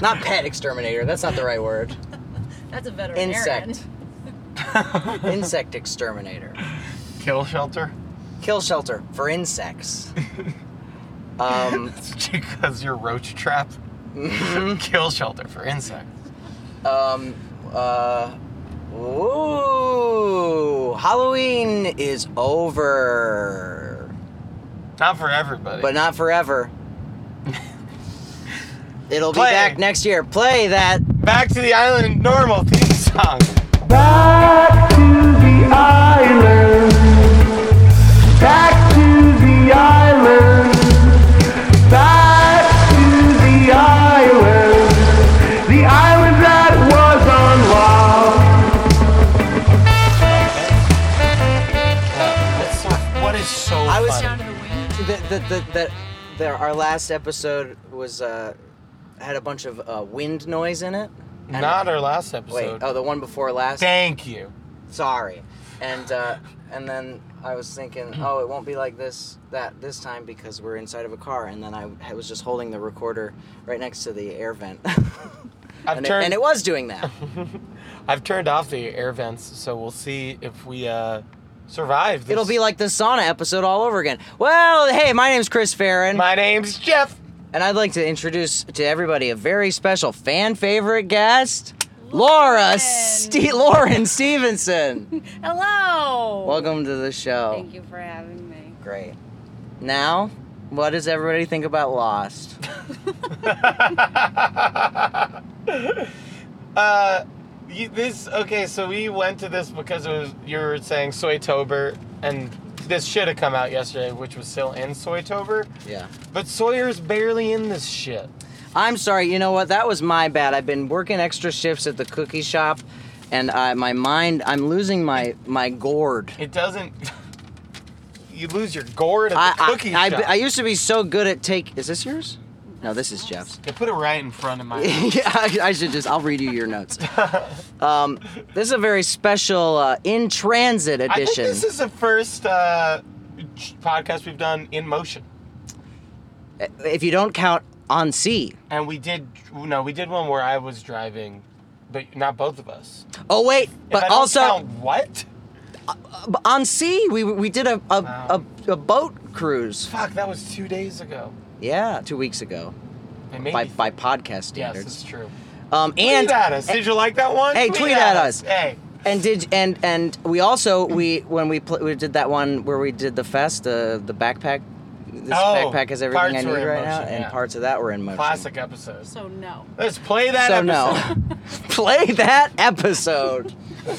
not pet exterminator. That's not the right word. That's a veterinarian. Insect. Insect exterminator. Kill shelter? Kill shelter for insects. Um, because your roach trap? Mm-hmm. Kill shelter for insects. um, uh, ooh, Halloween is over, Not for everybody. but not forever. It'll Play. be back next year. Play that. Back to the island normal theme song. Back to the island. Back to the island. Back to the island. The island that was unloved. That's so, what is so I was- funny? Down to the wing. The, the, the, the, the, our last episode was uh, had a bunch of uh, wind noise in it. And- Not our last Wait, episode. oh, the one before last. Thank you. Sorry. And uh, and then I was thinking, oh, it won't be like this that this time because we're inside of a car. And then I ha- was just holding the recorder right next to the air vent, I've and, it, turned and it was doing that. I've turned off the air vents, so we'll see if we uh, survive. This. It'll be like the sauna episode all over again. Well, hey, my name's Chris Farron, my name's Jeff. and I'd like to introduce to everybody a very special fan favorite guest. Laura, Lauren. Ste- Lauren Stevenson. Hello. Welcome to the show. Thank you for having me. Great. Now, what does everybody think about Lost? Uh, you, this okay? So we went to this because it was you were saying Soytober, and this should have come out yesterday, which was still in Soytober. Yeah. But Sawyer's barely in this shit. I'm sorry. You know what? That was my bad. I've been working extra shifts at the cookie shop, and uh, my mind. I'm losing my my gourd. It doesn't. You lose your gourd I, at the cookie I, shop. I, I used to be so good at take. Is this yours? No, this is Jeff's. They put it right in front of my. yeah, I, I should just. I'll read you your notes. Um, this is a very special uh, in transit I think edition. this is the first uh, ch- podcast we've done in motion, if you don't count on C. and we did no, we did one where I was driving, but not both of us. Oh wait, If I but don't also count what? b- on sea we we did a a, Wow. a, a boat cruise Fuck, that was two days ago. yeah two weeks ago They made by me- by podcast yes, it's standards true. um and tweet at us. Did you like that one? Hey, tweet at us. Hey, and did and and we also we when we pl- we did that one where we did the fest the the backpack this Oh, backpack has parts everything I need were in right now motion, and yeah. parts of that were in motion classic episodes. So no. Let's play that so episode. no play that episode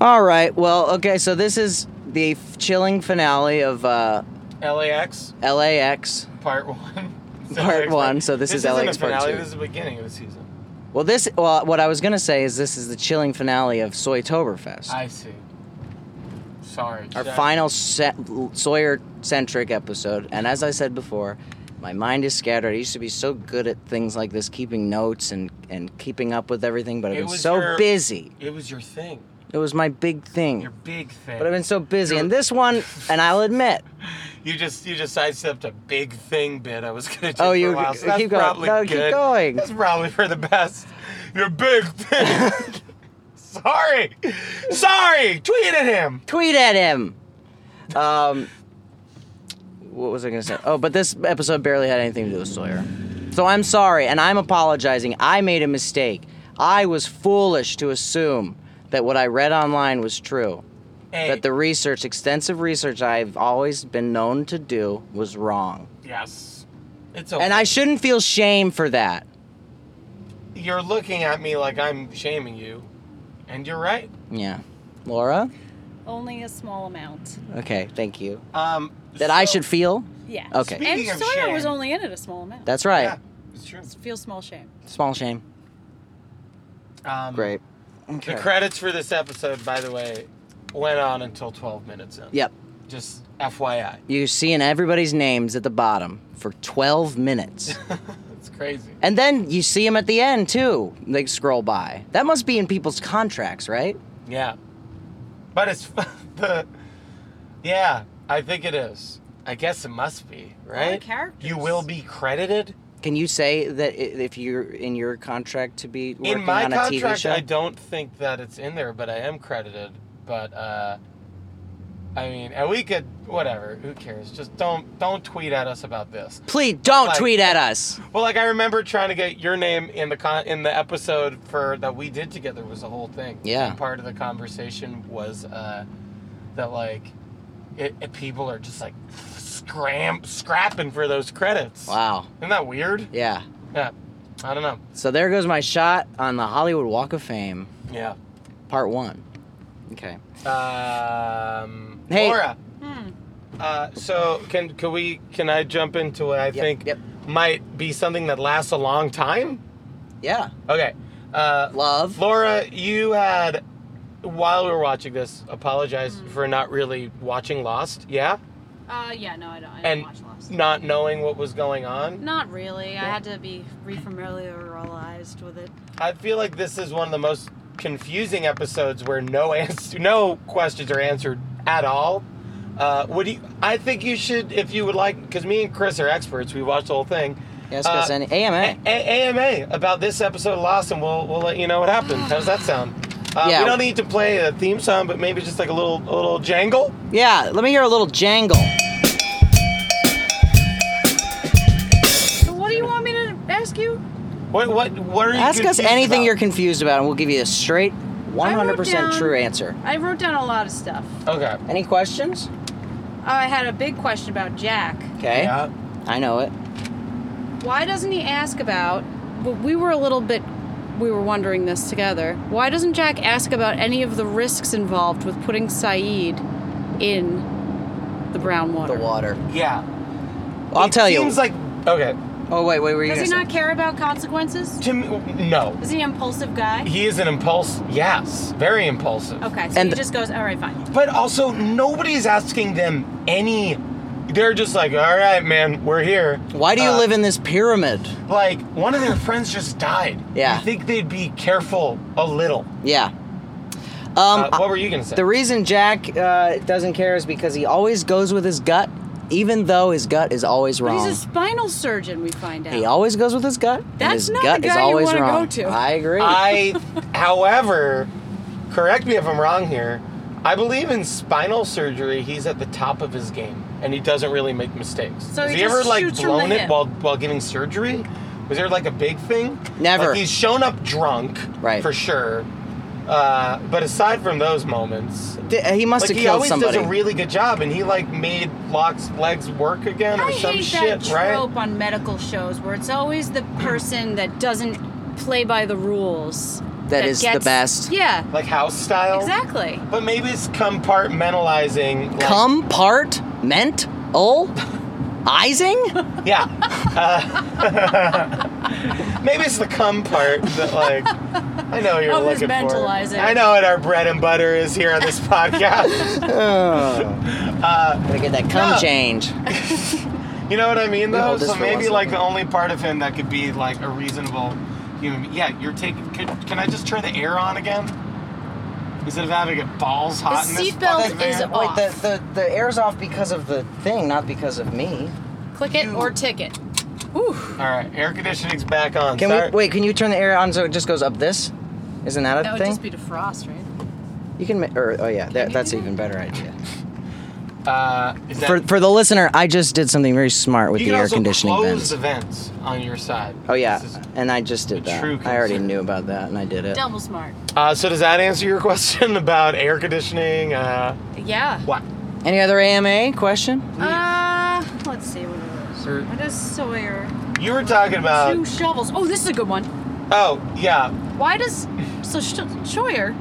all right well okay so this is the f- chilling finale of uh, LAX LAX part one. It's Part LAX one, so this is isn't LAX a part finale, two. This is the beginning of the season. Well, this well, what I was gonna say is this is the chilling finale of Soytoberfest, I see. Sorry. our Jack. final se- Sawyer-centric episode. And as I said before, my mind is scattered. I used to be so good at things like this, keeping notes and and keeping up with everything, but I've It been was so your- busy. It was your thing. It was my big thing. Your big thing. but I've been so busy, your- and this one, and I'll admit, You just you just sidestepped a big thing bit I was gonna do Oh, for you- a while. So keep that's going. Probably No, keep good. going. That's probably for the best. Your big thing. Sorry, sorry. Tweet at him. tweet at him. Um, what was I gonna say? Oh, but this episode barely had anything to do with Sawyer. So I'm sorry, and I'm apologizing. I made a mistake. I was foolish to assume that what I read online was true. Hey, That the research, extensive research I've always been known to do, was wrong. yes. It's okay. And I shouldn't feel shame for that. You're looking at me like I'm shaming you, and you're right. Yeah. Laura? Only a small amount. Okay, thank you. Um. That I so- should feel? Yeah. Okay. Speaking and of Sawyer was shame. only in it a small amount. That's right. Yeah, it's true. Feel small shame. Small shame. Um, Great. The Okay. credits for this episode, by the way, went on until 12 minutes in. Yep. Just FYI. You're seeing everybody's names at the bottom for 12 minutes. It's crazy. and then you see them at the end, too. They scroll by. That must be in people's contracts, right? Yeah. But it's the yeah, I think it is. I guess it must be, All the right? characters. You will be credited Can you say that i- if you're in your contract to be working in my on a TV contract show? i don't think that it's in there but i am credited but uh i mean and we could whatever who cares just don't don't tweet at us about this Please don't Like- tweet at us. well like i remember trying to get your name in the con in the episode for that we did together was the whole thing Yeah. And part of the conversation was uh that like it, it- people are just like scram scrapping for those credits Wow. isn't that weird Yeah. yeah i don't know So there goes my shot on the Hollywood Walk of Fame, yeah part one. Okay. Um, Hey. Laura. Uh, so can can we can I jump into what I think yep. might be something that lasts a long time? Yeah. Okay. Uh, Love. Laura, you had while we were watching this apologize Mm. for not really watching Lost, yeah, Uh, yeah, no, I don't. I don't and watch Lost. not knowing what was going on. Not really. I had to be refamiliarized with it. I feel like this is one of the most confusing episodes where no answer, no questions are answered at all. Uh, would you? I think you should, if you would like, because me and Chris are experts. We watched the whole thing. Yes, Chris. uh, and AMA. A- AMA about this episode of Lost, and we'll we'll let you know what happened. How does that sound? Uh, Yeah. We don't need to play a theme song, but maybe just like a little a little jangle. yeah. Let me hear a little jangle. So what do you want me to ask you? What what what are you? Ask us confused anything about? you're confused about, and we'll give you a straight, 100% down- true answer. I wrote down a lot of stuff. Okay. Any questions? I had a big question about Jack. Okay. Yeah. I know it. Why doesn't he ask about? But we were a little bit. We were wondering this together. Why doesn't Jack ask about any of the risks involved with putting Saeed in the brown water? The water. Yeah. I'll It tell you. Seems like okay. oh wait, wait, were you Does he gonna not care about consequences? To me, no. Is he an impulsive guy? He is an impulse. Yes, very impulsive. Okay, so And- he just goes, all right, fine. But also, nobody's asking them any. They're just like, all right, man, we're here. say? Why do you Uh, live in this pyramid? Like, one of their friends just died. Yeah. I think they'd be careful a little. Yeah. Um, Uh, I- what were you gonna say? the reason Jack uh, doesn't care is because he always goes with his gut, even though his gut is always But wrong. he's a spinal surgeon, we find out. he always goes with his gut. and That's his not a gut is guy you always wanna go wrong. to. I agree. I, however, correct me if I'm wrong here. I believe in spinal surgery. He's at the top of his game, and he doesn't really make mistakes. So Has he he, ever just like shoots from the blown it hip. while while giving surgery? Was there like a big thing? Never. Like, he's shown up drunk, Right. For sure. Uh, but aside from those moments, Th- he must like have he killed always somebody. does a really good job, and he like made Locke's legs work again or I some hate shit, that right? trope on medical shows where it's always the person that doesn't play by the rules. That is the best. Yeah, Like house style. exactly. But maybe it's compartmentalizing. like- Come part meant ol ising. Yeah. Uh, maybe it's the cum part that, like, I know you're Of his looking for. mentalizing. I know what our bread and butter is here on this podcast. Gotta get that cum No. change. you know what I mean, though. hold this So for maybe one like the second. only part of him that could be like a reasonable human. be- Yeah, you're taking. Could, can I just turn the air on again? Instead of having it balls hot in this seatbelt fucking is van? off. Wait, the, the the air's off because of the thing, not because of me. Click it or tick it. Ooh. All right, air conditioning's back on. Can Sorry. we wait? Can you turn the air on so it just goes up this? Isn't that a That would thing? just be defrost, right? you can. ma- Or, oh yeah, that, that's an even better idea. Uh, is that, For for the listener, I just did something very smart with you the can air also conditioning close vents. the vents on your side. Oh yeah, This is- and I just did a that. true I already concern. knew about that, and I did it. Double smart. Uh, so does that answer your question about air conditioning? Uh, Yeah. what? Any other AMA question? Uh, let's see what it was. Sir- What is Sawyer? You were talking Two Uh, about. shovels. Oh, this is a good one. Oh yeah, Why does so Sh- Sawyer?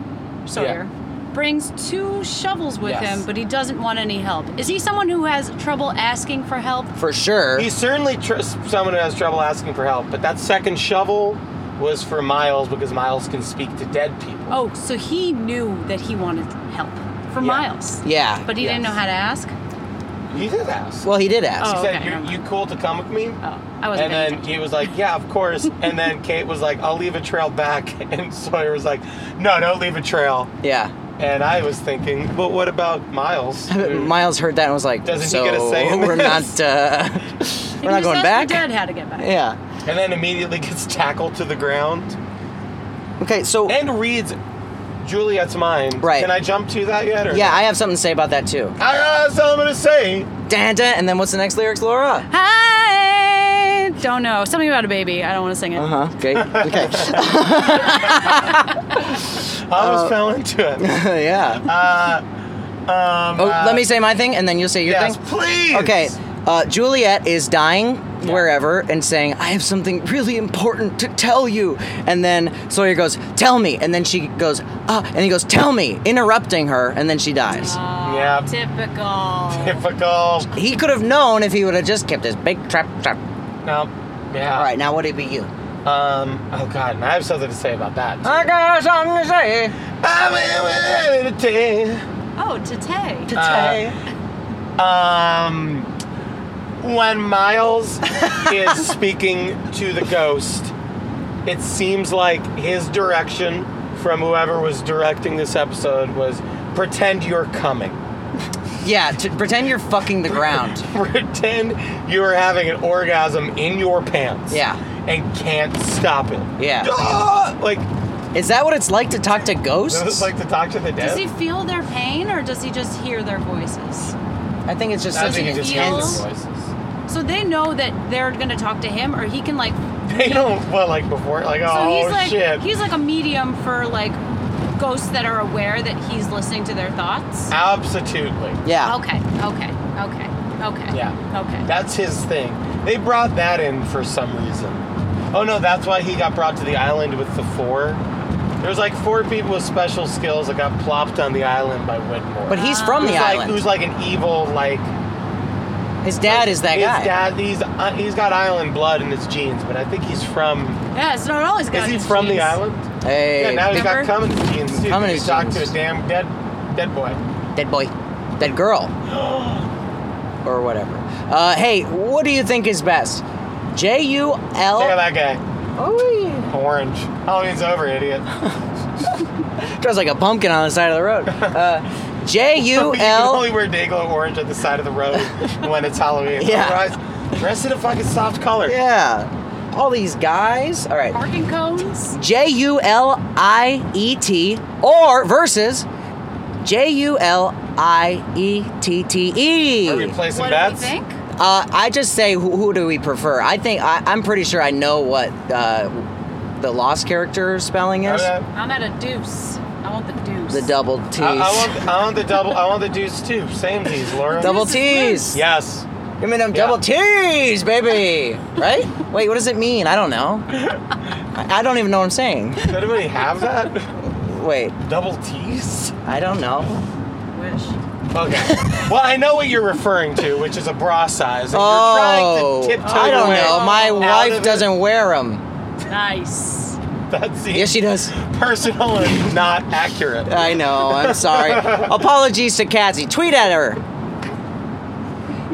Sawyer brings two shovels with Yes. him, but he doesn't want any help. Is he someone who has trouble asking for help? For sure. he's certainly tr- someone who has trouble asking for help. But that second shovel was for Miles because Miles can speak to dead people. Oh, so he knew that he wanted help for Yeah. Miles. yeah. But he didn't Yes. know how to ask. You did ask. well, he did ask. he Oh. said, okay, never you, "You cool to come with me?" Oh, I and wasn't. paying then he was like, "Yeah, of course." and then Kate was like, "I'll leave a trail back," and Sawyer was like, "No, don't leave a trail." Yeah. And I was thinking, "But what about Miles?" who- Miles heard that and was like, Doesn't he "So get a say in we're this?" not uh, attention. we're not He was going asking back." Dad how to get back. Yeah. and then immediately gets tackled to the ground Okay, so and reads Juliet's mind. Right. Can I jump to that yet? Or yeah, I have something to say about that too. I got something to say. Dan, dan, and then what's the next lyrics, Laura? Hi. Don't know. Something about a baby. I don't want to sing it. Uh huh. Okay. Okay. I Uh, almost fell into it. yeah. Uh, Um, Oh, uh, let me say my thing, and then you'll say your yes, thing. please. Okay. Uh, Juliet is dying wherever and saying, I have something really important to tell you. And then Sawyer goes, Tell me. And then she goes, Ah. And he goes, Tell me, interrupting her. And then she dies. Yeah. Uh, Typical. Difficult. he could have known if he would have just kept his big trap trap. No. Yeah. All right, now would it be you? Um. Oh God. And I have something to say about that. I got something to say. I'm in with it. Oh, Tate. Uh, Um, when Miles is speaking to the ghost, it seems like his direction from whoever was directing this episode was pretend you're coming. yeah, to pretend you're fucking the ground. Pretend you're having an orgasm in your pants. Yeah. And can't stop it. Yeah. Ah! Like, Is that what it's like to talk to this ghosts? is like the Doctor of the Does he Dead. feel their pain or does he just hear their voices? I think it's just I such think an he just intense- hears feels- the voices. So they know that they're gonna talk to him, or he can like. They don't, well, like before, like, So oh he's like shit. he's like a medium for like ghosts that are aware that he's listening to their thoughts. Absolutely. Yeah. Okay. Okay. Okay. Okay. Ah. Yeah. Okay. That's his thing. They brought that in for some reason. Oh no, that's why he got brought to the island with the four. There was like four people with special skills that got plopped on the island by Whitmore. But Ah. he's from the who's like, island. Who's like an evil like? His dad is that his guy. dad. He's uh, he's got island blood in his genes, but I think he's from. yeah. It's not always. Is got he his from the genes. island? Hey, yeah, now he's got remember? Cummins genes too. Cummins he talked to genes. a damn dead dead boy. dead boy, dead girl, or whatever. Uh, hey, what do you think is best? J U Look at L. that guy. Oh, Orange. Halloween's over, idiot. yeah. Draws like a pumpkin on the side of the road. Uh, J U You can L. only wear Dayglow orange at the side of the road when it's Halloween. Yeah. Otherwise, dress in a fucking soft color. Yeah. All these guys. All right. Parking cones. J U L I E T or versus J U L I E T T Are we E. placing What do we bets? think? Uh, I just say who, who do we prefer? I think I, I'm pretty sure I know what uh, the lost character spelling is. Okay. I'm at a deuce. I want the deuce. The double T's. Uh, I, I want, I want the double. I want the deuce too. Same D's, Laura. double Deuce is T's. Yes. Give me them double T's, baby. right? Wait, what does it mean? I don't know. I, I don't even know what I'm saying. Does anybody have that? Wait, Double T's? I don't know. Wish. Okay. Well, I know what you're referring to, which is a bra size. And Oh, you're trying to tiptoe I don't your way know. My out of wife it. doesn't wear them. Nice. That seems Yes, she Oh, does. personal and not accurate. I know. I'm sorry. Apologies to Cassie. Tweet at her.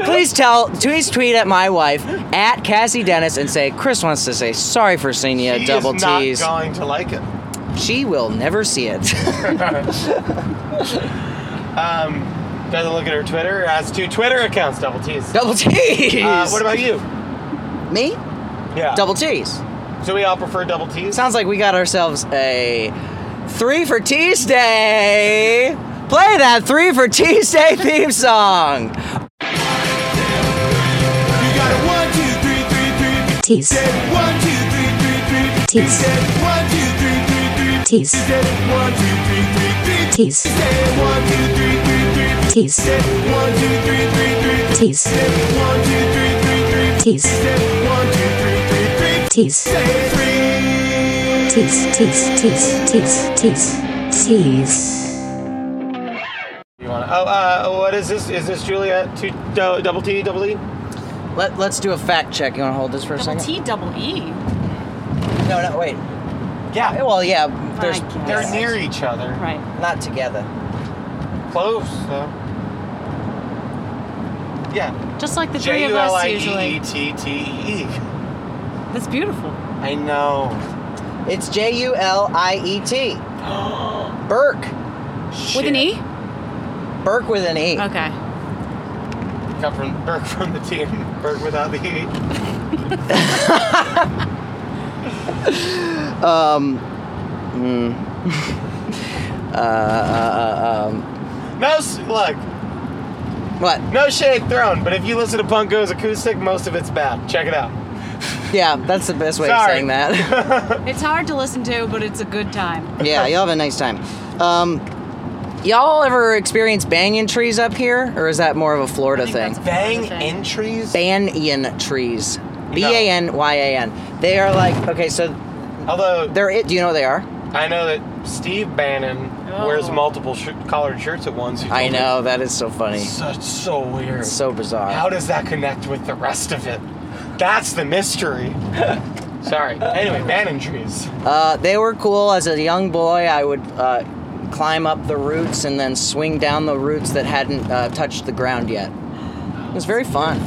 Please tell, please tweet at my wife at Cassie Dennis and say Chris wants to say sorry for seeing you She at is Double not T's. going to like it. She will never see it. Um, doesn't look at her Twitter. Has two Twitter accounts. Double T's. double T's. Uh, what about you? me? Yeah. Double T's. So we all prefer double T's. Sounds like we got ourselves a three for Tuesday. Play that three for Tuesday theme song. You got a one, two, three, three, three. Tease. Said one, two, three, three, three. Tease. Said one, two, three, three, three. Tease. Said one, two, three, three, three. Tease. Said one, two, three, three, three. Tease. Said one, two, three, three, three. Tease. Said one, two, three, three, three. Tease. Said one, two, three, three, three. Tease. Say three. Tease. Tease. Tease. Tease. Tease. Tease. You wanna, oh, uh, what is this? Is this Julia? Two do, double T, double E? Let, let's do a fact check. You want to hold this for a Double second? T, double E. No, no, wait. Yeah. Well, yeah, there's, guess. They're they're near each other. Right. not together. Close. So. Yeah. Just like the three J of U L us I E usually. E T T E E. That's beautiful. I know. It's J U L I E T. Burke. With an E? Burke with an E. Okay. Come from Burke from the team. Burke without the E. Um, hmm. Uh, um. No, s- look, What? no shade thrown, but if you listen to Punk Goes Acoustic, most of it's bad. Check it out. Yeah, that's the best way of Sorry. saying that. It's hard to listen to, but it's a good time. yeah, y'all have a nice time. Um, y'all ever experience banyan trees up here, or is that more of a Florida think thing? that's Bang Okay. entries? Banyan trees. B A N Y A N. They are like okay, so Although, they're it. Do you know what they are? I know that Steve Bannon wears Oh. multiple sh- collared shirts at once. He I told me. know that is so funny, Such so weird. so bizarre. How does that connect with the rest of it? That's the mystery. Sorry. Anyway, Bannon trees. Uh, they were cool. As a young boy, I would uh, climb up the roots and then swing down the roots that hadn't uh, touched the ground yet. It was very fun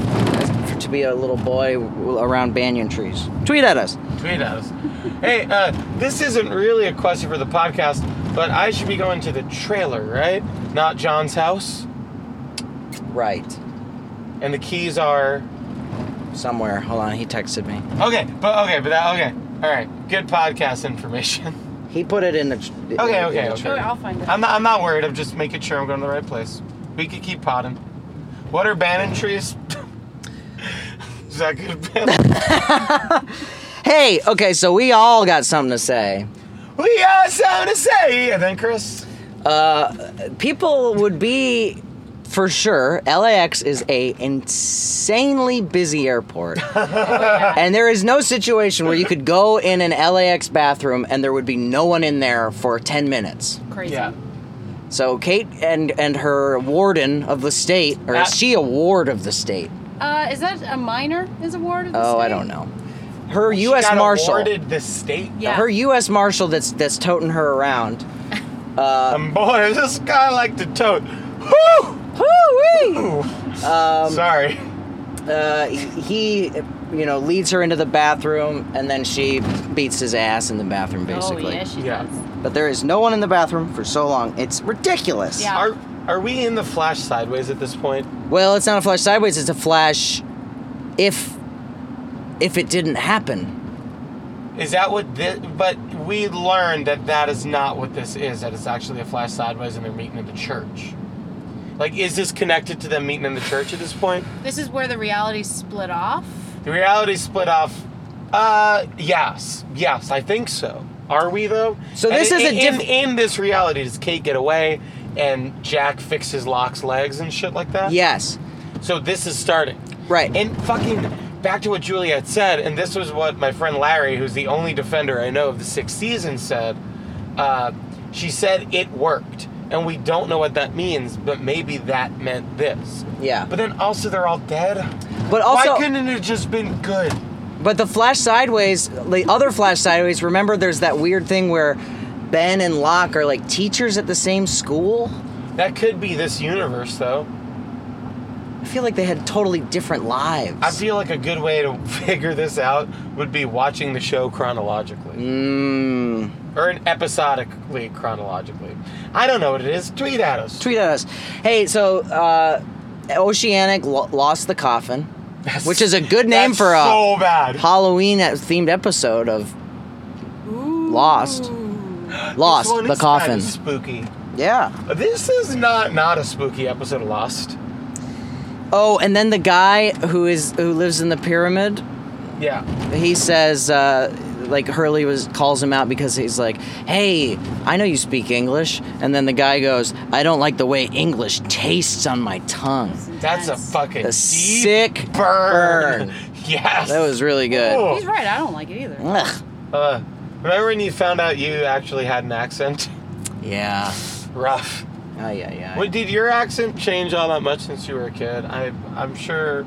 to be a little boy w- around banyan trees. Tweet at us. Tweet at us. Hey, uh, this isn't really a question for the podcast, but I should be going to the trailer, right? Not John's house. Right. And the keys are. Somewhere. Hold on. He texted me. Okay, but okay, but that okay. All right, good podcast information. He put it in the. tr- in- Okay, in okay, the okay. Sure, Oh, I'll find it. I'm not. I'm not worried. I'm just making sure I'm going to the right place. We could keep potting. What are Bannon trees? Is that good? Bannon? Hey, okay, so we all got something to say. we are so to say. And then Chris. people would be for sure lax is a insanely busy airport and there is no situation where you could go in an lax bathroom and there would be no one in there for 10 minutes Crazy. Yeah. so kate and and her warden of the state or Uh, is she a ward of the state Uh, is that a minor? Is awarded? oh i don't know her She u.s got marshal Awarded the state. Yeah. her u.s marshal that's that's toting her around Um, boy, this guy like to tote. Woo! Woo! Sorry. uh, he you know leads her into the bathroom and then she beats his ass in the bathroom basically Oh yeah, she Yeah. does. but there is no one in the bathroom for so long it's ridiculous Yeah. Are are we in the flash sideways at this point? well it's not a flash sideways it's a flash if if it didn't happen Is that what this? But we learned that that is not what this is. That it's actually a flash sideways, and they're meeting in the church. Like, is this connected to them meeting in the church at this point? This is where the reality split off. The reality split off. Uh, yes, yes, I think so. Are we though? So And this in, is a in, diff- in this reality. Does Kate get away? And Jack fixes Locke's legs and shit like that. yes So this is starting. Right. And fucking back to what Juliet said, and this was what my friend Larry, who's the only defender I know of the sixth season, said. Uh, she said it worked. And we don't know what that means, but maybe that meant this. Yeah. But then also they're all dead. but also Why couldn't it have just been good? But the flash sideways, the other flash sideways, remember there's that weird thing where Ben and Locke are like teachers at the same school? That could be this universe, though. I feel like they had totally different lives. I feel like a good way to figure this out would be watching the show chronologically. Mm. Or an episodically chronologically. I don't know what it is. Tweet at us. tweet at us. Hey, so uh, Oceanic lo- lost the coffin, which is a good name That's for a so bad. Halloween themed episode of Lost. This Lost one the is kinda coffin. spooky. Yeah. This is not not a spooky episode of Lost. Oh, and then the guy who is who lives in the pyramid, Yeah. he says uh, like Hurley was calls him out because he's like, "Hey, I know you speak English," and then the guy goes, "I don't like the way English tastes on my tongue." That's a Intense. fucking A deep sick burn. burn. yes. That was really good. Cool. He's right. I don't like it either. Ugh. Uh, remember when you found out you actually had an accent? Yeah. Rough. Oh yeah, yeah. Wait, did your accent change all that much since you were a kid? I, I'm sure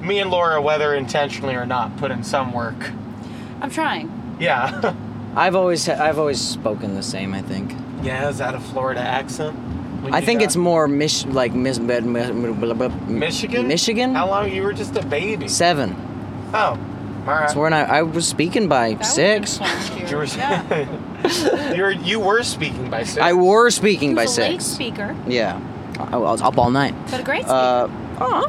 me and Laura, whether intentionally or not, put in some work. I'm trying. Yeah. I've always I've always spoken the same. I think. yeah, is that a Florida accent? When I you think got- it's more Mich like Miss Bed Michigan. Michigan? Michigan. How long? You were just a baby. Seven. Oh, all right. That's when I I was speaking by That six. would've been fun to You hear. were, Yeah. you were you were speaking by six. I were speaking He by was a late six. speaker, Yeah. I, I was up all night. but a great speaker. Uh.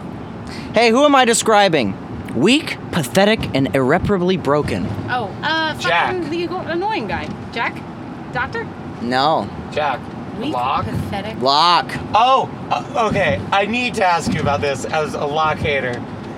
Hey, who am I describing? Weak, pathetic, and irreparably broken. Oh, uh, fucking Jack. the annoying guy. Jack? Doctor? No. Jack. Weak, Lock. pathetic. Lock. Oh, uh, okay. I need to ask you about this as a lock hater.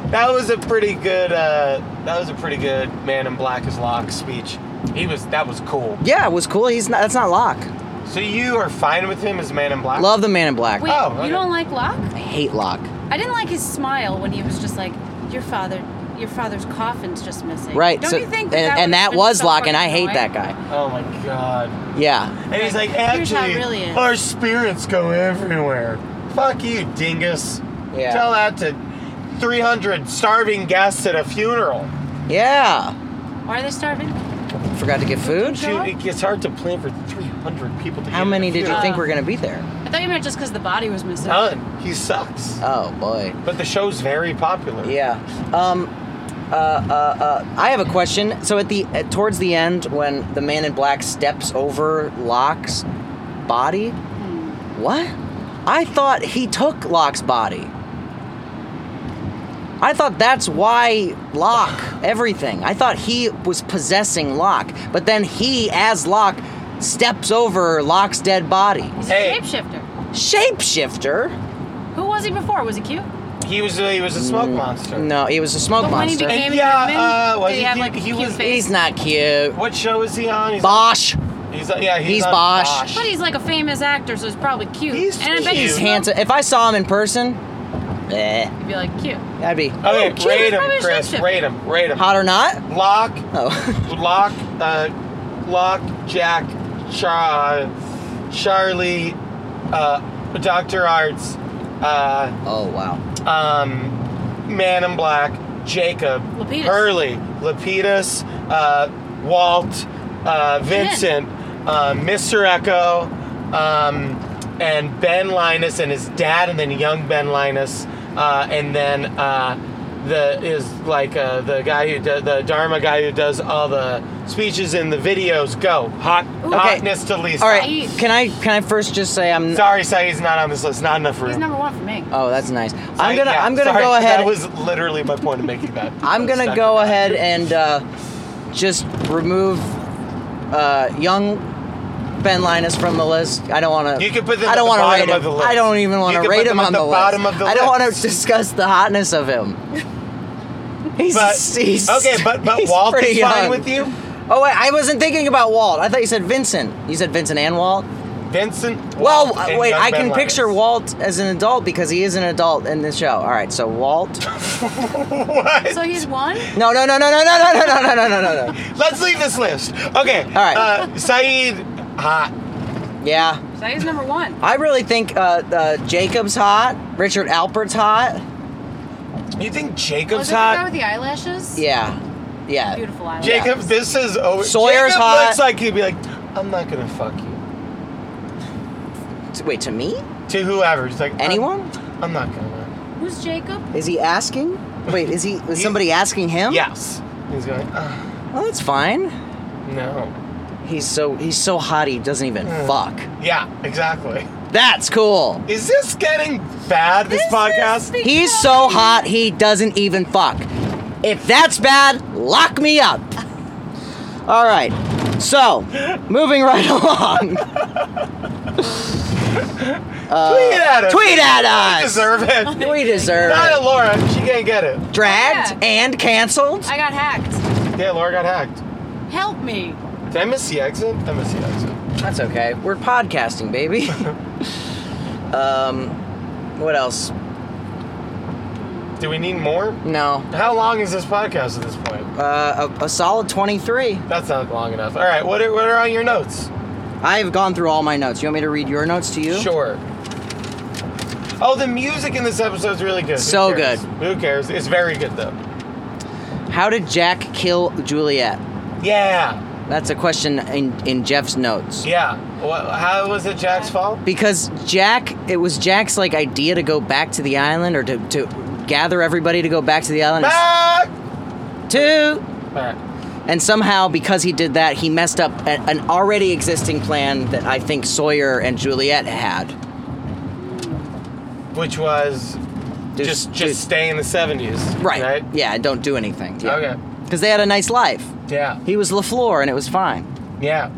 That was a pretty good. Uh, that was a pretty good man in black is lock speech. He was. That was cool. Yeah, it was cool. He's not, that's not Lock. So you are fine with him as man in black? Love the man in black. Wait, Oh, okay. you don't like Locke? I hate Lock. I didn't like his smile when he was just like, your father, your father's coffin's just missing. Right. Don't so, you and, think? that and that was Lock, and I hate that guy. Oh my god. Yeah. And he's like, Here's how it actually, really is." our spirits go everywhere. Fuck you, dingus. Yeah. Tell that to 300 starving guests at a funeral. Yeah. Why are they starving? Forgot to get food. Dude, it gets hard to plan for 300 people to eat How at a many did you funeral. think were gonna be there? I thought you meant just because the body was missing. None. He sucks. Oh boy. But the show's very popular. Yeah. Um, uh, uh, uh, I have a question. So at the at, towards the end, when the man in black steps over Locke's body, Hmm. what? I thought he took Locke's body. I thought that's why Locke everything. I thought he was possessing Locke, but then he, as Locke, steps over Locke's dead body. He's Hey. a shapeshifter. Shapeshifter? Who was he before? Was he cute? He was he was a smoke monster. Mm. No, he was a smoke But when he monster. became And a yeah, human, uh, was did he, he have cute? like a He cute was- face? He's not cute. What show is he on? He's Bosh. He's yeah. He's, He's on Bosh. But he's like a famous actor, so he's probably cute. He's and I bet cute. He's you handsome. If I saw him in person, eh, would be like cute. that'd be Okay, Oh, cute, rate he's him, probably a Chris. shapeshifter. Rate him. Rate him. hot or not. Lock, Oh, lock, uh, lock, Jack, Char, Charlie, uh, Doctor Arts, uh, oh wow. um, Man in Black, Jacob, Lapidus. Hurley, Lapidus, uh, Walt, uh, Vincent, uh, Mr. Echo, um, and Ben Linus and his dad, and then young Ben Linus, uh, and then uh, the is like uh, the guy who do, the Dharma guy who does all the speeches and the videos. Go hot hotness to Lisa. All right. Saeed. Can I can I first just say I'm? Sorry, Saeed's not on this list. Not enough room. He's number one for me. Oh, that's nice. I- I'm gonna yeah, I'm gonna sorry, go ahead. That was literally my point of making that. I'm gonna Stuck go with ahead that. and uh, just remove uh, young Ben Linus from the list. I don't want to. You can put them I at don't the wanna bottom rate him. of the list. I don't even want You to can rate put him them at on the, the bottom list. of the I don't want to list. discuss the hotness of him. He's, But- he's Okay, but but he's Walt pretty is fine young. with you. Oh wait, I wasn't thinking about Walt. I thought you said Vincent. You said Vincent and Walt. Vincent. Well, Walt, and wait, young I Ben can Linus. picture Walt as an adult because he is an adult in the show. All right, so Walt. What? So he's one. No, no, no, no, no, no, no, no, no, no, no, no, no. Let's leave this list. Okay. All right. Uh, Saeed, hot. Yeah, So he's number one. I really think uh, uh, Jacob's hot. Richard Alpert's hot. You think Was Jacob's it the guy with hot? the eyelashes? Yeah, yeah. Beautiful eyes. Jacob, this is over. Sawyer's Jacob hot. Looks like he'd be like, I'm not gonna fuck you. T- Wait, to me? To whoever. He's like "I'm- Anyone? I'm, not gonna. Who's Jacob? Uh, Is he asking? Wait, is he? Is somebody asking him? Yes. He's going. "Ugh, Well, that's fine. "Uh, no. He's so he's so hot he doesn't even Hmm. fuck. Yeah. Exactly. That's cool. Is this getting bad? This, This is podcast. the- He's so hot he doesn't even fuck. If that's bad, lock me up. All right. So, moving right along. tweet at us. Tweet at us. We deserve it. We deserve Not at it. Laura. She can't get it. dragged Yeah. and canceled. I got hacked. Yeah, Laura got hacked. Help me. Did I miss the exit? I missed the exit. That's okay. We're podcasting, baby. um, what else? Do we need more? No. How long is this podcast at this point? Uh, a, a solid 23. That's not long enough. All right, what are, what are on your notes? I've gone through all my notes. You want me to read your notes to you? Sure. Oh, the music in this episode is really good. Who So cares? good. Who cares? It's very good though. How did Jack kill Juliet? Yeah, That's a question in, in Jeff's notes. yeah. What, how was it Jack's fault? because Jack, it was Jack's like idea to go back to the island or to, to gather everybody to go back to the island Back. to, All right. and somehow because he did that, he messed up a, an already existing plan that I think Sawyer and Juliet had. Which was Just just stay in the 70s. right. Right? Yeah, don't do anything. Okay. Because they had a nice life. Yeah. He was LaFleur and it was fine. Yeah.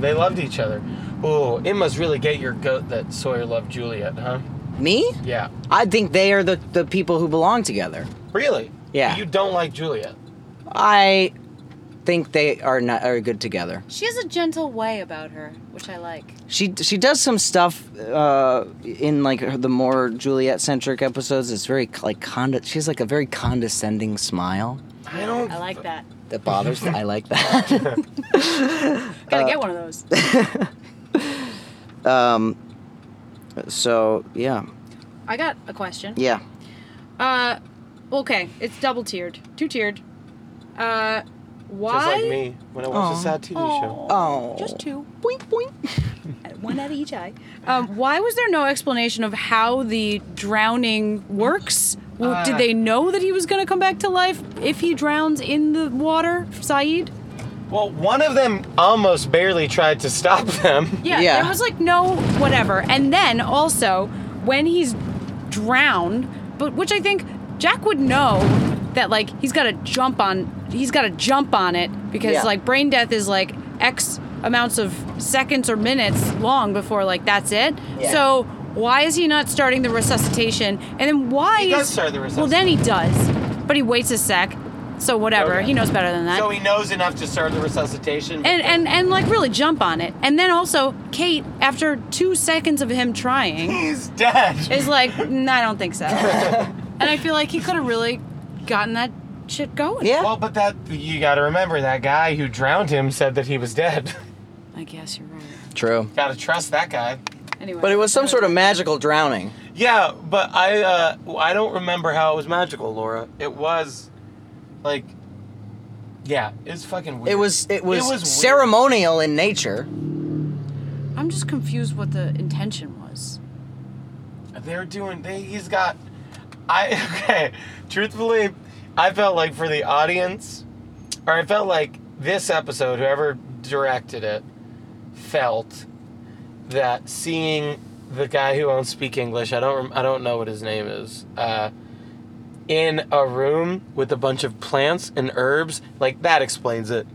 They loved each other. Ooh, it must really get your goat that Sawyer loved Juliet, huh? Me? Yeah. I think they are the, the people who belong together. Really? Yeah. You don't like Juliet. I think they are not are good together. She has a gentle way about her, which I like. She she does some stuff uh, in like her- the more Juliet centric episodes. It's very like condi- She has like a very condescending smile I don't. I like that. that bothers. I like that. Uh, Gotta get one of those. so yeah, I got a question. yeah. Uh, okay, it's double tiered, two tiered. Uh, Just why? like me when I watch a sad TV show. Oh, Just two, boink boink. one out of each eye. Um, why was there no explanation of how the drowning works? W- Uh. Did they know that he was going to come back to life if he drowns in the water, Saeed? Well, one of them almost barely tried to stop them. Yeah, Yeah. there was like no whatever. And then also when he's drowned, but which I think Jack would know that like he's got to jump on he's got to jump on it because Yeah. like brain death is like x amounts of seconds or minutes long before like that's it. Yeah. So why is he not starting the resuscitation? And then why He does is start the Well, then he does, but he waits a sec. So whatever, Okay. he knows better than that So he knows enough to start the resuscitation. but and, and and like really jump on it. And then also Kate, after two seconds of him trying, he's dead. is like, "Mm, I don't think so. and I feel like he could have really gotten that shit going. Yeah. Well, but that you got to remember that guy who drowned him said that he was dead. I guess you're right. True. got to trust that guy. Anyway, But it was some sort of magical drowning. Yeah, but I uh, I don't remember how it was magical, Laura. It was like yeah, it's fucking weird. It was it was, weird. ceremonial in nature. I'm just confused what the intention was. They're doing. They, he's got. I okay. Truthfully, I felt like for the audience, or I felt like this episode, whoever directed it, felt that seeing the guy who won't speak English, I don't, rem- I don't know what his name is, uh, in a room with a bunch of plants and herbs, like that explains it.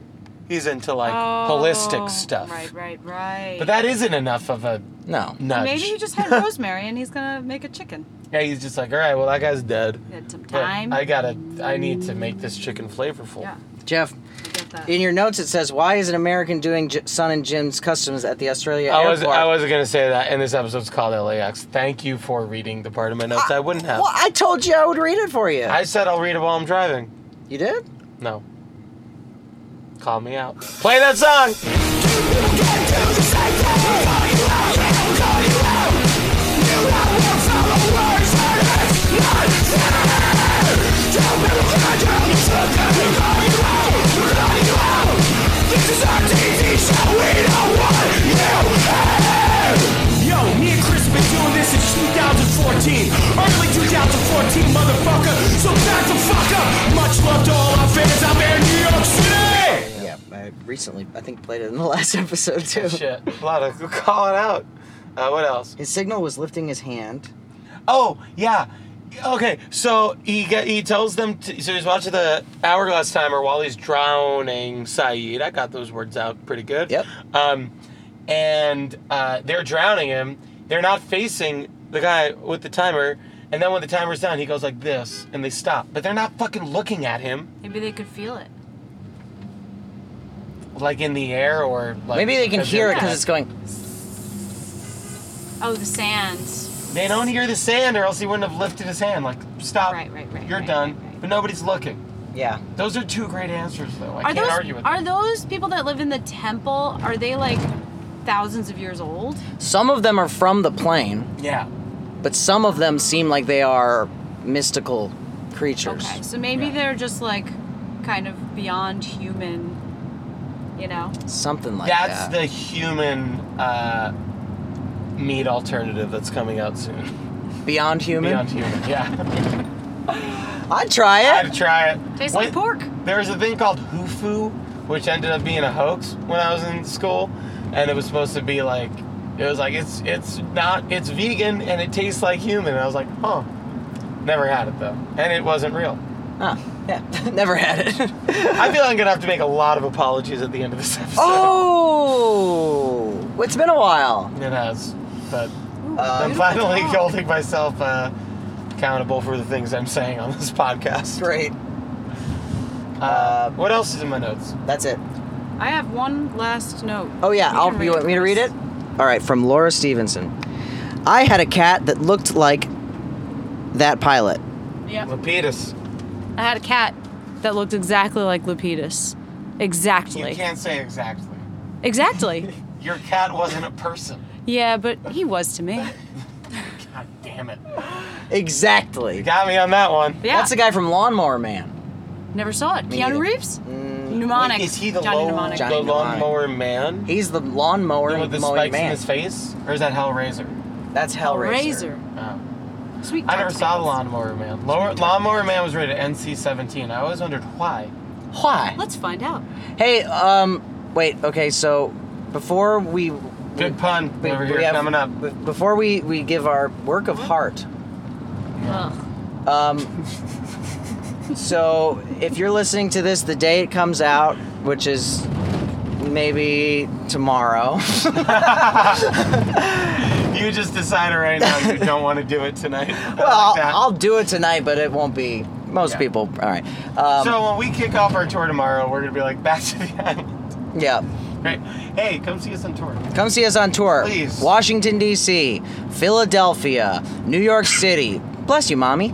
He's into like Oh, holistic stuff, Right, right, right. but that isn't enough of a No. nudge. Maybe he just had rosemary and he's gonna make a chicken. Yeah, he's just like, all right, well, that guy's dead. He had some But time. I gotta. I need to make this chicken flavorful. yeah, Jeff, I get that. in your notes it says, "Why is an American doing J- Son and Jim's customs at the Australia I was airport?" I wasn't gonna say that, and this episode's called LAX. Thank you for reading the part of my Ah, notes I, wouldn't have. Well, I told you I would read it for you. I said I'll read it while I'm driving. you did? No. Call me out. Play that song. Yo, me and Chris been doing this since 2014. Early 2014, motherfucker. So back the fuck up. Much love to all our fans out there in New York City. Yeah, I recently I think played it in the last episode too. Oh, Shit, a lot of calling out. Uh, what else? His signal was lifting his hand. Oh yeah. Okay, so he get, he tells them to, so he's watching the hourglass timer while he's drowning Saeed. I got those words out pretty good. Yep. Um, and uh, they're drowning him. They're not facing the guy with the timer. And then when the timer's down, he goes like this, and they stop. But they're not fucking looking at him, Maybe they could feel it. like in the air or like. Maybe they can as hear it they're- because it's going. Oh, the sands. They don't hear the sand, or else he wouldn't have lifted his hand. Like stop. Right, right, right, You're right, done. right, right. But nobody's looking. Yeah. Those are two great answers, though. Are I can't those argue with. are those people that live in the temple? Are they like thousands of years old? Some of them are from the plane, them. Yeah. but some of them seem like they are mystical creatures. Okay, so maybe they're just like kind of beyond human. You know, Something like That's that. the human uh, meat alternative that's coming out soon. Beyond human. Beyond human, yeah. I'd try I it. had to try it. tastes Wait, like pork. There was a thing called hufu, which ended up being a hoax when I was in school, and it was supposed to be like, it was like it's it's not it's vegan and it tastes like human. And I was like, huh. Never had it though, and it wasn't real. Oh, yeah. Never had it. I feel I'm gonna have to make a lot of apologies at the end of this episode. oh, it's been a while. It has, but I'm Uh, finally holding myself uh, accountable for the things I'm saying on this podcast. great. Um, Uh, what else is in my notes? That's it. I have one last note. Oh yeah, You I'll, can you want me to read it? first. All right, from Laura Stevenson. I had a cat that looked like that pilot. Yeah. Lapidus. I had a cat that looked exactly like Lupitas. You Exactly. can't say exactly. Exactly. Your cat wasn't a person. yeah, but he was to me. God damn it. Exactly. You got me on that one. Yeah. That's the guy from Lawnmower Man. Never saw it. Keanu neither. Mm. Reeves? Mnemonic. Wait, is he the, Johnny low, Mnemonic. Johnny the Mnemonic. lawnmower man? He's the lawnmower with the mowing spikes man. in his face? Or is that Hellraiser? That's Hellraiser. Razor. Oh. Sweet. I never saw cocktails. the Lawnmower Man. Lawn- Lawnmower Man was rated NC-17. I always wondered why. Why? Let's find out. Hey, um, wait. Okay, so before we, Good pun we- over we here have- coming up. b- before we we give our work of heart. Ugh. Um, so if you're listening to this the day it comes out, which is maybe tomorrow. You just decided right now you don't want to do it tonight. I like well, that. I'll, I'll do it tonight, but it won't be. Most Yeah. people, all right. Um, so when we kick off our tour tomorrow, we're gonna be like back to the island. yeah, Right? Hey, come see us on tour. come see us on tour. Please. Washington D.C., Philadelphia, New York City. Bless you, mommy.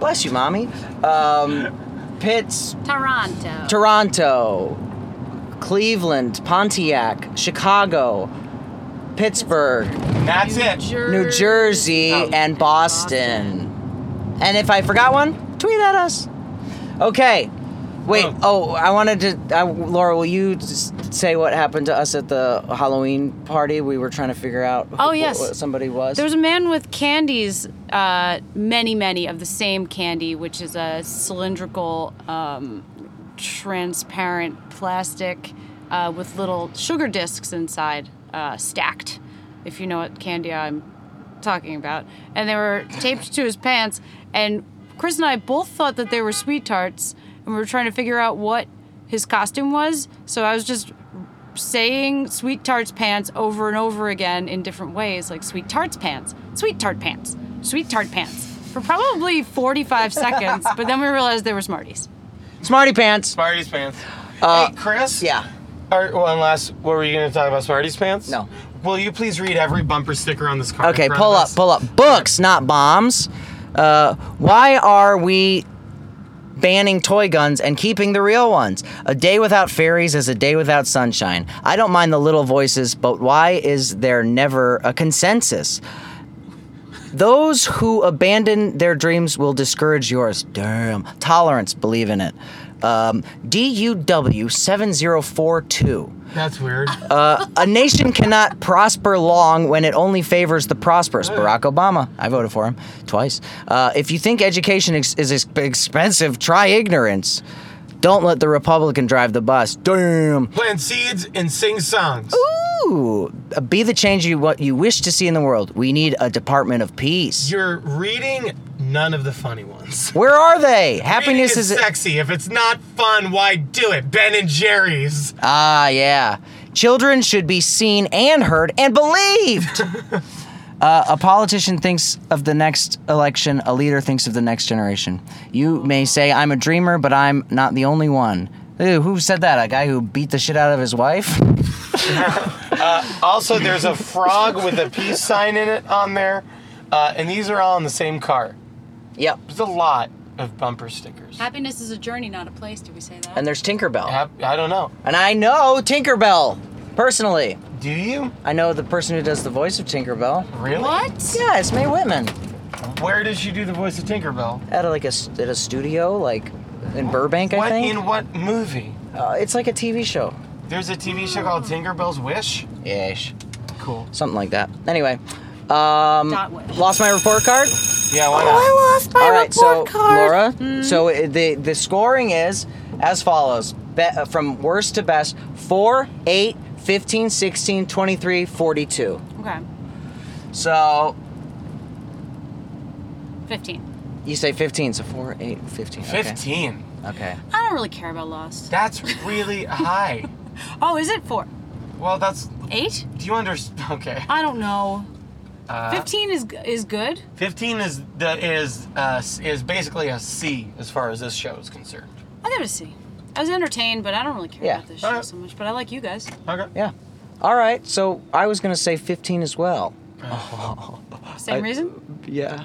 Bless you, mommy. Um, Pitts, Toronto. Toronto, Cleveland, Pontiac, Chicago, Pittsburgh, That's New it. Jersey. New Jersey, Oh. and Boston. And if I forgot one, tweet at us. Okay. Wait. Oh, I wanted to. I, Laura, will you s- say what happened to us at the Halloween party? We were trying to figure out. Who, Oh, yes. what somebody was. There was a man with candies, uh, many, many of the same candy, which is a cylindrical, um, transparent plastic uh, with little sugar discs inside, uh, stacked, if you know what candy I'm talking about. And they were taped to his pants. And Chris and I both thought that they were sweet tarts, and we were trying to figure out what his costume was. So I was just saying sweet tarts pants over and over again in different ways, like sweet tarts pants, sweet tart pants, sweet tart pants, for probably 45 seconds. But then we realized they were Smarties. Smarty Pants. Smarties pants. hey, Chris. Uh, Yeah. All right, one last. What were you gonna talk about? Smarties pants. No. Will you please read every bumper sticker on this car? in Okay. front Pull of up. us? Pull up. Books, not bombs. Uh, why are we banning toy guns and keeping the real ones? A day without fairies is a day without sunshine. I don't mind the little voices, but why is there never a consensus? Those who abandon their dreams will discourage yours. Damn. Tolerance, believe in it. Um, DUW 7042. That's weird. Uh, a nation cannot prosper long when it only favors the prosperous. Barack Obama. I voted for him twice. Uh, if you think education ex- is ex- expensive, try ignorance. Don't let the Republican drive the bus. Damn. Plant seeds and sing songs. Ooh. uh, Be the change you what you wish to see in the world. We need a Department of Peace. You're reading none of the funny ones. Where are they? Happiness Reading is sexy. If it's not fun, why do it? Ben and Jerry's. Ah, yeah. Children should be seen and heard and believed. uh, a politician thinks of the next election, a leader thinks of the next generation. You may say, I'm a dreamer, but I'm not the only one. Ew, who said that? A guy who beat the shit out of his wife? Also, there's a frog with a peace sign in it on there, uh, and these are all in the same car. Yep. There's a lot of bumper stickers. Happiness is a journey, not a place. Did we say that? And there's Tinkerbell. Hap- I don't know. And I know Tinkerbell, personally. Do you I know the person who does the voice of Tinkerbell. really? what? Yeah, it's Mae Whitman. Where does she do the voice of Tinkerbell? At a, like a, s- at a studio, like in Burbank, I What think. in what movie? uh, it's like a TV show. There's a TV show called Tinkerbell's Wish. Ish. Cool. something like that. Anyway, um, Dot wish. lost my report card. Yeah, why not? Oh, lost my Hmm? All right, so Laura, so uh, the the scoring is as follows: Be- uh, from worst to best, 4, 8, 15, 16, 23, 42. Okay. So 15. You say 15, so 4, 8, 15. Okay. 15. Okay. I don't really care about Lost. That's really high. Oh, is it four? Well, that's. Eight? Do you understand? Okay. I don't know. Uh, Fifteen is is good. 15 is the is uh, s- is basically a C as far as this show is concerned. I give it a C. I was entertained, but I don't really care Yeah. about this show Alright. so much. But I like you guys. Okay. Yeah. All right. So I was going to say 15 as well. Same I- reason. Yeah.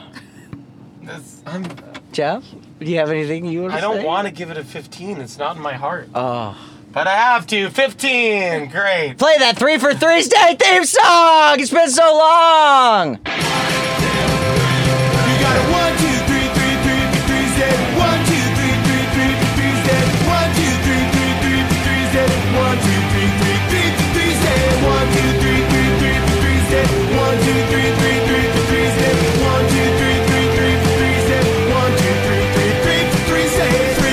That's, I'm, Jeff, do you have anything you want to I say? don't want to give it a 15. It's not in my heart. Oh. But I have to. 15. Great. Play that 3 for 3's Day theme song! It's been so long! You got a one, two, three, three, three, three, three, Z. One, two, three, three, three, three, three, Z. One, two, three, three, three, three, three, Z. One, two, three, three, three, three, three, Z. One, two, three, three, three, three, three, Z. One, two, three, three, three, three, three, Z. One, two, three, three, three, three, three, Z. One, two, three, three, three, three, three, Z.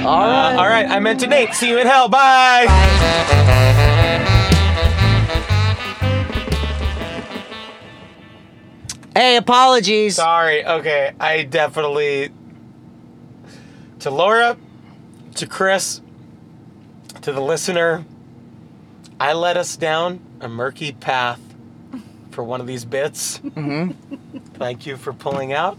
All right. All right, I meant to Nate. See you in hell. Bye. Hey, apologies. Sorry. Okay, I definitely to Laura, to Chris, to the listener. I led us down a murky path for one of these bits. Mm-hmm. Thank you for pulling out.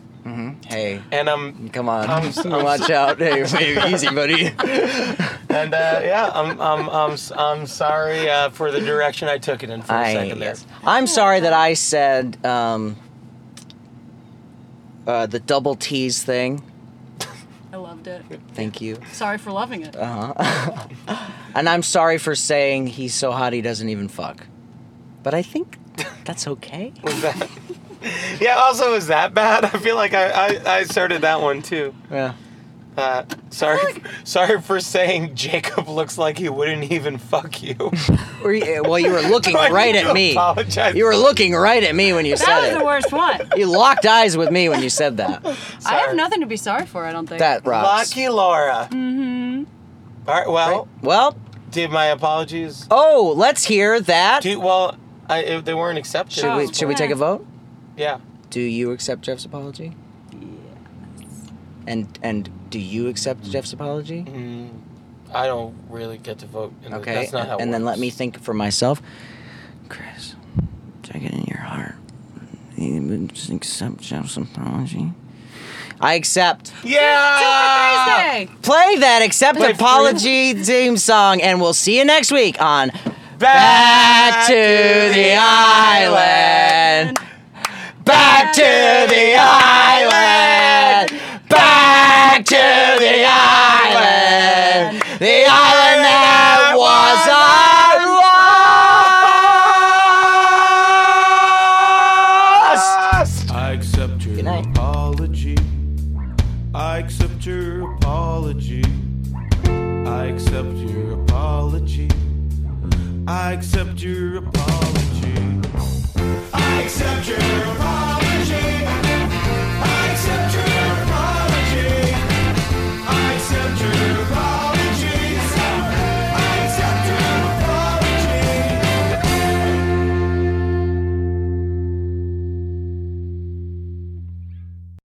Hey, And um come on. I'm so- Watch out. Hey, hey, easy, buddy. and uh, yeah, I'm I'm I'm s- I'm sorry uh, for the direction I took it in for a I, second there. yes. I'm sorry that I said um, uh, the double T's thing. I loved it. Thank you. Sorry for loving it. And I'm sorry for saying he's so hot he doesn't even fuck. But I think that's okay. Was that? yeah. Also, is that bad? I feel like I I, I started that one too. Yeah. Uh, sorry, sorry for saying Jacob looks like he wouldn't even fuck you. Or you- well, you were looking Do I right need at to me. apologize? You were looking right at me when you that was said the it. worst one. You locked eyes with me when you said that. I have Sorry. nothing to be sorry for. I don't think. That rocks. lucky Laura. Mm-hmm. All right. Well, Well, did my apologies? oh, let's hear that. Do well, I it, they weren't accepted. Should we should we take a vote? Yeah. Do you accept Jeff's apology? And and do you accept Mm-hmm. Jeff's apology? I don't really get to vote. In Okay. The, that's not how. it and then works. let me think for myself. Chris, check it in your heart. You would just accept Jeff's apology. I accept. Yeah. Thursday. Play that accept Wait, for- apology theme song, and we'll see you next week on Back Back to the Island. Back to the Island. Back to the Island. The island that was our lost. I accept your Good night. apology. I accept your apology. I accept your apology. I accept your apology. I accept your apology.